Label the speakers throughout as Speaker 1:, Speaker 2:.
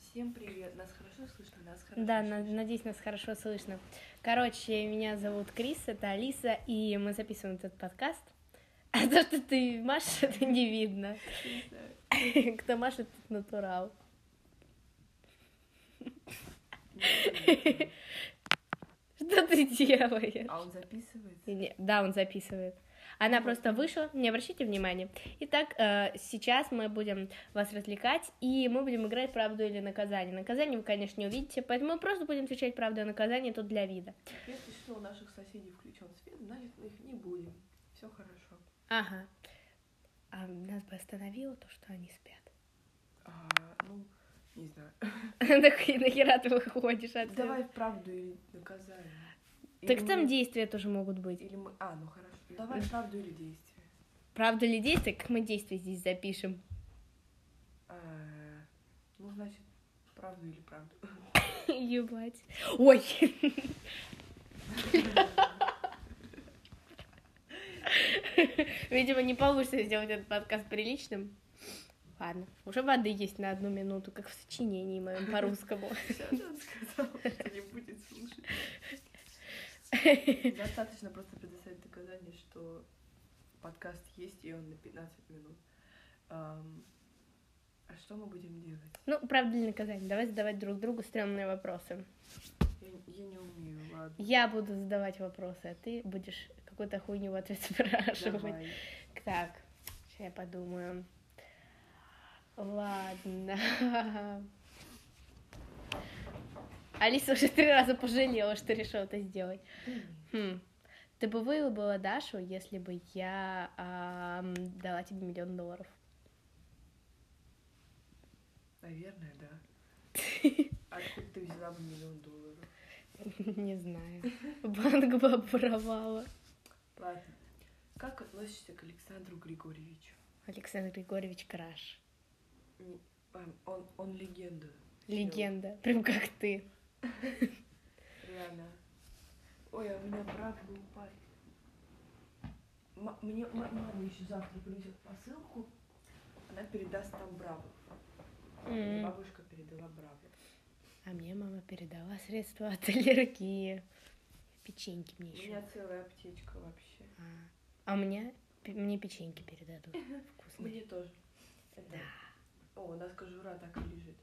Speaker 1: Всем привет. Нас хорошо слышно? Нас хорошо
Speaker 2: Да, на-
Speaker 1: слышно?
Speaker 2: надеюсь, нас хорошо слышно. Короче, меня зовут Крис, это Алиса, и мы записываем этот подкаст. А то, что ты машешь, это не видно.
Speaker 1: Не знаю.
Speaker 2: Кто машет, тот натурал. Что ты делаешь?
Speaker 1: Э, А он записывается?
Speaker 2: Не- Да, он записывает. Она просто вышла, не обращайте внимания. Итак, э, сейчас мы будем вас развлекать, и мы будем играть правду или наказание. Наказание вы, конечно, не увидите, поэтому мы просто будем отвечать правду и наказание тут для вида.
Speaker 1: Если что, у наших соседей включен свет, значит мы их не будем. Все хорошо.
Speaker 2: Ага. А нас бы остановило то, что они спят.
Speaker 1: А, ну, не знаю.
Speaker 2: Так и нахера ты выходишь от
Speaker 1: Давай в правду или наказание. Или
Speaker 2: э, Так там
Speaker 1: мы-
Speaker 2: действия тоже могут быть.
Speaker 1: Или мы... А, ну хорошо. Давай в правду или действие.
Speaker 2: Правда ли действия? Как мы действия здесь запишем?
Speaker 1: А, ну, значит, правду или правду.
Speaker 2: Ебать. Ой! Видимо, не получится сделать этот подкаст приличным. Ладно, уже воды есть на одну минуту, как в сочинении моем по-русскому.
Speaker 1: Всё, он сказал, что не будет слушать. Достаточно просто предоставить доказание, что подкаст есть, и он на 15 минут. Ам, А что мы будем делать?
Speaker 2: Ну, правда ли наказание? Давай задавать друг другу стрёмные вопросы.
Speaker 1: Я, я не умею, ладно.
Speaker 2: Я буду задавать вопросы, а ты будешь какую-то хуйню в ответ спрашивать.
Speaker 1: Давай.
Speaker 2: Так, сейчас я подумаю. Ладно. Алиса уже три раза пожалела, что решила это сделать. Хм. Ты бы выебала Дашу, если бы я ам, дала тебе миллион долларов?
Speaker 1: Наверное, да. Откуда ты взяла бы миллион долларов?
Speaker 2: Не знаю. Банк бы обворовала.
Speaker 1: Ладно. Как относишься к Александру Григорьевичу?
Speaker 2: Александр Григорьевич Краш.
Speaker 1: М, ам, Он, он легенда.
Speaker 2: Легенда. Прям как ты.
Speaker 1: Реально. Ой, а у меня брак был парень. М- мне м- мама еще завтра привезет посылку. Она передаст там браво. Мне
Speaker 2: М.
Speaker 1: бабушка передала браво.
Speaker 2: А мне мама передала средства от аллергии. Печеньки мне
Speaker 1: У
Speaker 2: еще.
Speaker 1: меня целая аптечка вообще.
Speaker 2: А, а мне, пе- мне печеньки передадут. Вкусные.
Speaker 1: Мне тоже. Это- О, у нас кожура так и лежит.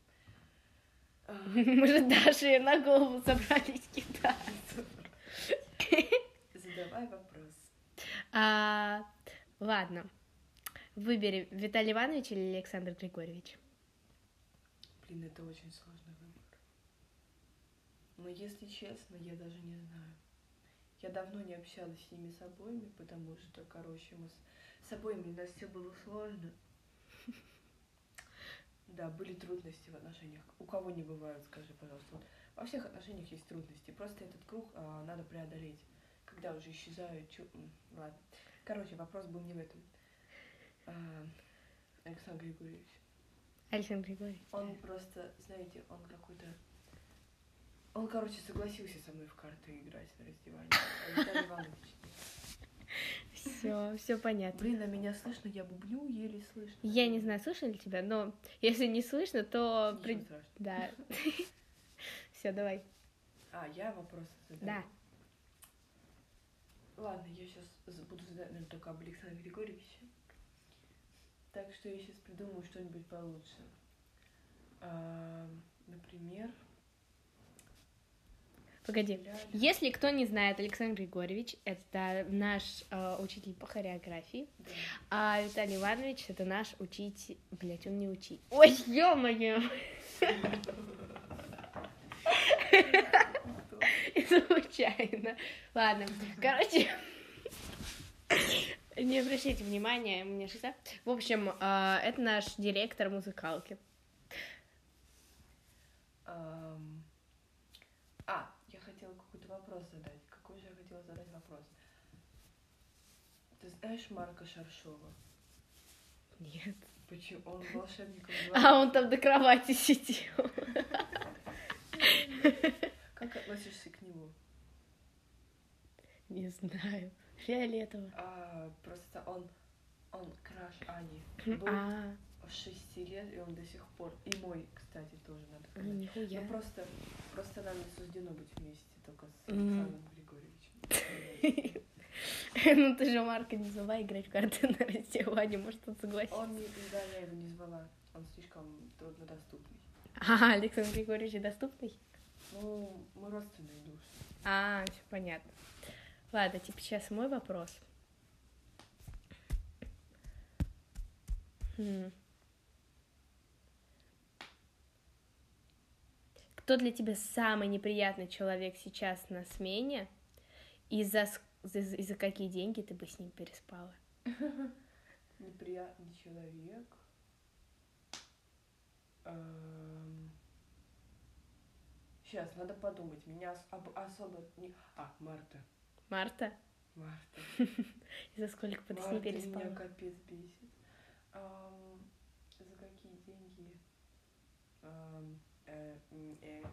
Speaker 1: А,
Speaker 2: Может, даже и на голову собрались кита.
Speaker 1: Задавай вопрос.
Speaker 2: А, ладно. Выбери Виталий Иванович или Александр Григорьевич.
Speaker 1: Блин, это очень сложный выбор. Но если честно, я даже не знаю. Я давно не общалась с ними с обоими, потому что, короче, мы с, с обоими у нас все было сложно. Да, были трудности в отношениях. У кого не бывают, скажи, пожалуйста. Вот во всех отношениях есть трудности. Просто этот круг а, надо преодолеть. Когда уже исчезают... чу- м, Ладно. Короче, вопрос был не в этом. А, Александр Григорьевич.
Speaker 2: Александр Григорьевич.
Speaker 1: Он просто, знаете, он какой-то... Он, короче, согласился со мной в карты играть на раздевание. А Виталий Иванович.
Speaker 2: Все, все понятно.
Speaker 1: Блин, а меня слышно? Я бубню еле слышно.
Speaker 2: Я не знаю, слышно ли тебя, но если не слышно, то...
Speaker 1: Ничего
Speaker 2: при-
Speaker 1: страшного.
Speaker 2: Да. Все, давай.
Speaker 1: А, я вопрос задаю?
Speaker 2: Да.
Speaker 1: Ладно, я сейчас буду задать, наверное, только об Александре Григорьевиче. Так что я сейчас придумаю что-нибудь получше. А, например...
Speaker 2: Погоди.
Speaker 1: ля-ля.
Speaker 2: Если кто не знает, Александр Григорьевич — это наш э, учитель по хореографии,
Speaker 1: Да.
Speaker 2: а Виталий Иванович — это наш учитель... Блять, он не учитель. Ой, ё-моё! Случайно. Ладно, короче... Не обращайте внимания, мне шиза. В общем, э, это наш директор музыкалки.
Speaker 1: Ам, А, я хотела какой-то вопрос задать. Какой же я хотела задать вопрос? Ты знаешь Марка Шаршова?
Speaker 2: Нет.
Speaker 1: Почему он волшебником
Speaker 2: А
Speaker 1: двора?
Speaker 2: он там до кровати сидел.
Speaker 1: Как относишься к нему?
Speaker 2: Не знаю. Фиолетово.
Speaker 1: А, просто он, он краш Ани. Был
Speaker 2: А,
Speaker 1: в шести лет, и он до сих пор. И мой, кстати, тоже надо
Speaker 2: А,
Speaker 1: сказать.
Speaker 2: Нихуя.
Speaker 1: Ну просто, просто нам не суждено быть вместе только с
Speaker 2: Мгм.
Speaker 1: Александром Григорьевичем.
Speaker 2: Ну ты же Марка не звала играть в карты на раздевание, может он согласится.
Speaker 1: Он не, да, я его не звала. Он слишком труднодоступный.
Speaker 2: А, Александр Григорьевич доступный?
Speaker 1: Ну, мы родственные души.
Speaker 2: А, все понятно. Ладно, типа сейчас мой вопрос. Хм. Кто для тебя самый неприятный человек сейчас на смене? И за, ск- за- за- и за какие деньги ты бы с ним переспала?
Speaker 1: Неприятный человек. Сейчас, Эм. надо подумать. Меня ос- об- особо не... А, Марта.
Speaker 2: Марта?
Speaker 1: Марта.
Speaker 2: И за сколько бы ты с
Speaker 1: Марта
Speaker 2: ним
Speaker 1: меня
Speaker 2: переспала?
Speaker 1: капец бесит. Ам, за какие деньги? Ам, э, м, э.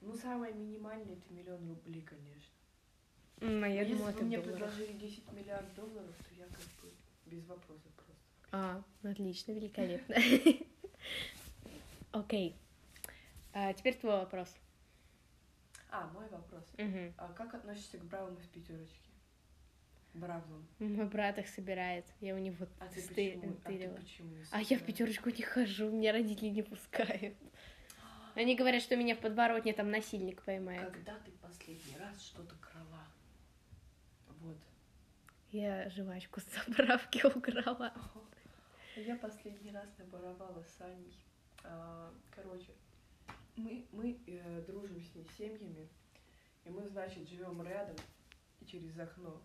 Speaker 1: Ну, самое минимальное это миллион рублей, конечно. Ну,
Speaker 2: М, а я
Speaker 1: Если
Speaker 2: думала,
Speaker 1: бы
Speaker 2: ты в
Speaker 1: мне
Speaker 2: долларах.
Speaker 1: предложили 10 миллиардов долларов, то я как бы без вопросов просто.
Speaker 2: А, ну отлично, великолепно. Окей. А, Теперь твой вопрос.
Speaker 1: А, мой вопрос.
Speaker 2: Мгм.
Speaker 1: А как относишься к бравым из пятерочки? Бравым.
Speaker 2: Мой брат их собирает. Я у него
Speaker 1: А ты
Speaker 2: сты-
Speaker 1: почему? А ты
Speaker 2: тырила.
Speaker 1: почему? не
Speaker 2: А я в
Speaker 1: собираешь?
Speaker 2: пятерочку не хожу, меня родители не пускают. Они говорят, что меня в подворотне там насильник поймает.
Speaker 1: Когда ты последний раз что-то крала? Вот.
Speaker 2: Я жвачку с заправки украла.
Speaker 1: Я последний раз наборовала с Аней. А, Короче, мы, мы э, дружим с ней семьями, и мы, значит, живем рядом и через окно.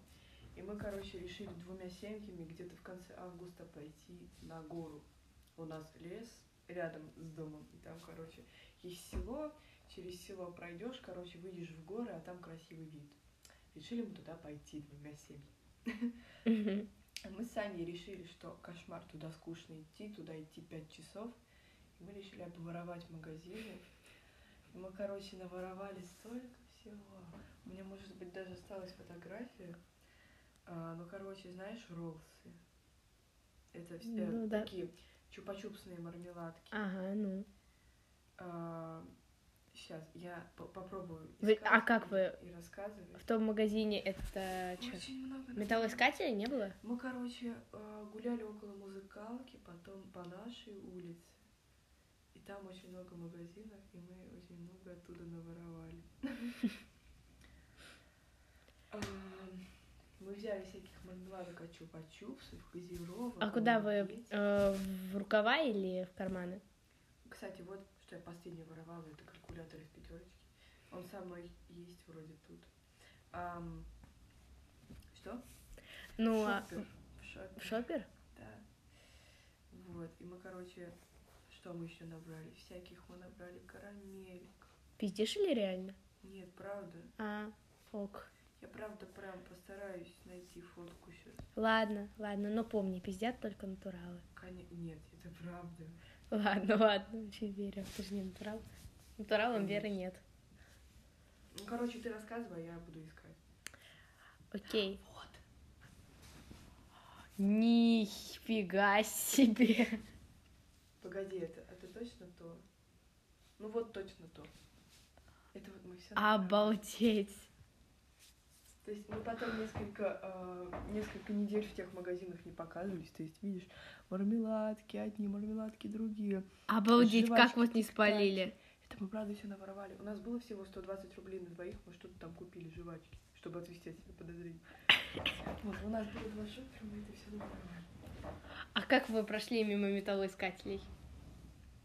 Speaker 1: И мы, короче, решили двумя семьями где-то в конце августа пойти на гору. У нас лес рядом с домом, и там, короче, есть село, через село пройдешь, короче, выйдешь в горы, а там красивый вид. Решили мы туда пойти двумя семьями.
Speaker 2: Мгм.
Speaker 1: Мы с Аней решили, что кошмар, туда скучно идти, туда идти пять часов. И мы решили обворовать магазины. И мы, короче, наворовали столько всего. У меня, может быть, даже осталась фотография. А, ну, короче, знаешь, роллсы? Это все
Speaker 2: Ну да.
Speaker 1: такие чупа-чупсные мармеладки.
Speaker 2: Ага, ну.
Speaker 1: сейчас, я по- попробую
Speaker 2: Вы-
Speaker 1: искать
Speaker 2: а как
Speaker 1: и-
Speaker 2: вы-
Speaker 1: И рассказывать.
Speaker 2: В том магазине это чё,
Speaker 1: Очень много
Speaker 2: Металлоискателя не было? А
Speaker 1: мы, короче, э, гуляли около музыкалки, потом по нашей улице. И там очень много магазинов, и мы очень много оттуда наворовали. Ам, Мы взяли всяких мармеладок от чупа-чупсов, газировок.
Speaker 2: А куда вы?
Speaker 1: конфет.
Speaker 2: э, В рукава или в карманы?
Speaker 1: Кстати, вот что я последний воровала, это калькулятор из пятерочки. Он самый есть вроде тут. Ам, Что?
Speaker 2: Ну, а
Speaker 1: Шопер. Шопер.
Speaker 2: в шопер?
Speaker 1: Да. Вот. И мы, короче, что мы еще набрали? Всяких мы набрали карамелек.
Speaker 2: Пиздишь или реально?
Speaker 1: Нет, правда.
Speaker 2: А, ок.
Speaker 1: Я правда прям постараюсь найти фотку сейчас.
Speaker 2: Ладно, ладно, но помни, пиздят только натуралы.
Speaker 1: Нет, это правда.
Speaker 2: Ладно, ладно, очень верю. Ты же не натурал. Натуралам веры нет.
Speaker 1: Ну, короче, ты рассказывай, а я буду искать.
Speaker 2: Окей.
Speaker 1: Вот.
Speaker 2: Нифига себе.
Speaker 1: Погоди, это, это точно то? Ну вот точно то. Это вот мы все.
Speaker 2: Обалдеть.
Speaker 1: То есть мы потом несколько, э, несколько недель в тех магазинах не показывались. То есть, видишь, мармеладки одни, мармеладки другие.
Speaker 2: Обалдеть, как
Speaker 1: Жвачки,
Speaker 2: вот не
Speaker 1: тик-таки.
Speaker 2: спалили.
Speaker 1: Это мы, правда, все наворовали. У нас было всего 120 рублей на двоих, мы что-то там купили, жвачки, чтобы отвести от себя подозрения. Вот, у нас было два шопера, мы это все наворовали.
Speaker 2: А как вы прошли мимо металлоискателей?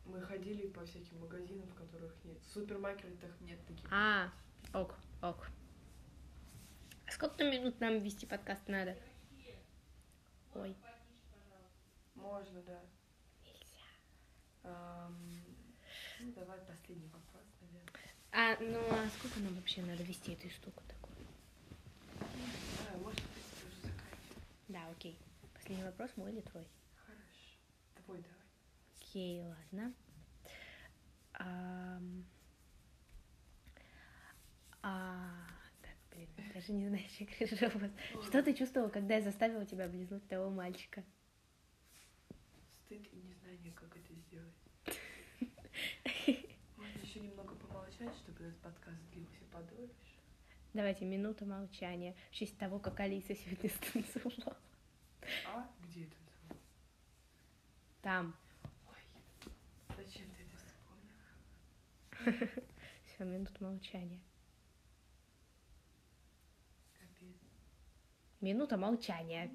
Speaker 1: Мы ходили по всяким магазинам, в которых нет. В супермаркетах нет таких.
Speaker 2: А, ок, ок. А сколько минут нам вести подкаст надо? Ой,
Speaker 1: Можно, да.
Speaker 2: нельзя.
Speaker 1: Ам, ну, давай последний вопрос, наверное.
Speaker 2: А, ну а сколько нам вообще надо вести эту штуку такую?
Speaker 1: А, может быть, ты уже заканчиваешь.
Speaker 2: Да, окей. Последний вопрос мой или твой?
Speaker 1: Хорошо. Твой давай.
Speaker 2: Окей, ладно. Ам. А, так, блин, я даже не знаю, что я говорю, робот. Что ты чувствовала, когда я заставила тебя облизнуть того мальчика?
Speaker 1: Стыд и подольше.
Speaker 2: Давайте минута молчания в честь того, как Алиса сегодня станцевала.
Speaker 1: А где это? было?
Speaker 2: Там.
Speaker 1: Ой, зачем ты это вспомнил?
Speaker 2: Все, минута молчания.
Speaker 1: Капец.
Speaker 2: Минута молчания.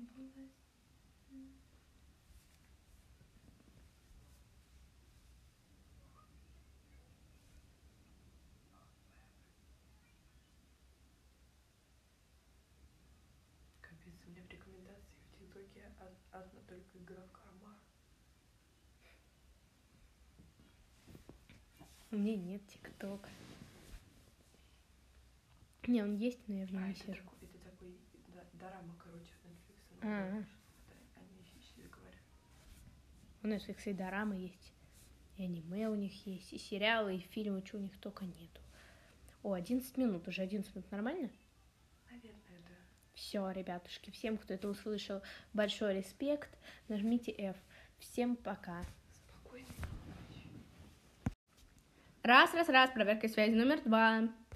Speaker 1: Капец, у меня в рекомендации в ТикТоке од- одна только игра в карман.
Speaker 2: У меня нет ТикТока. Не, он есть, но я в нем
Speaker 1: А,
Speaker 2: не
Speaker 1: это,
Speaker 2: сижу.
Speaker 1: такой, это такой да- дорама, короче, от Netflix.
Speaker 2: А.
Speaker 1: Да, они сейчас говорят.
Speaker 2: У Netflix и дорамы есть, и аниме у них есть, и сериалы, и фильмы, чего у них только нету. О, 11 минут, уже 11 минут, нормально?
Speaker 1: Наверное, да.
Speaker 2: Все, ребятушки, всем, кто это услышал, большой респект. Нажмите F. Всем пока.
Speaker 1: Спокойной ночи.
Speaker 2: Раз, раз, раз, проверка связи номер два.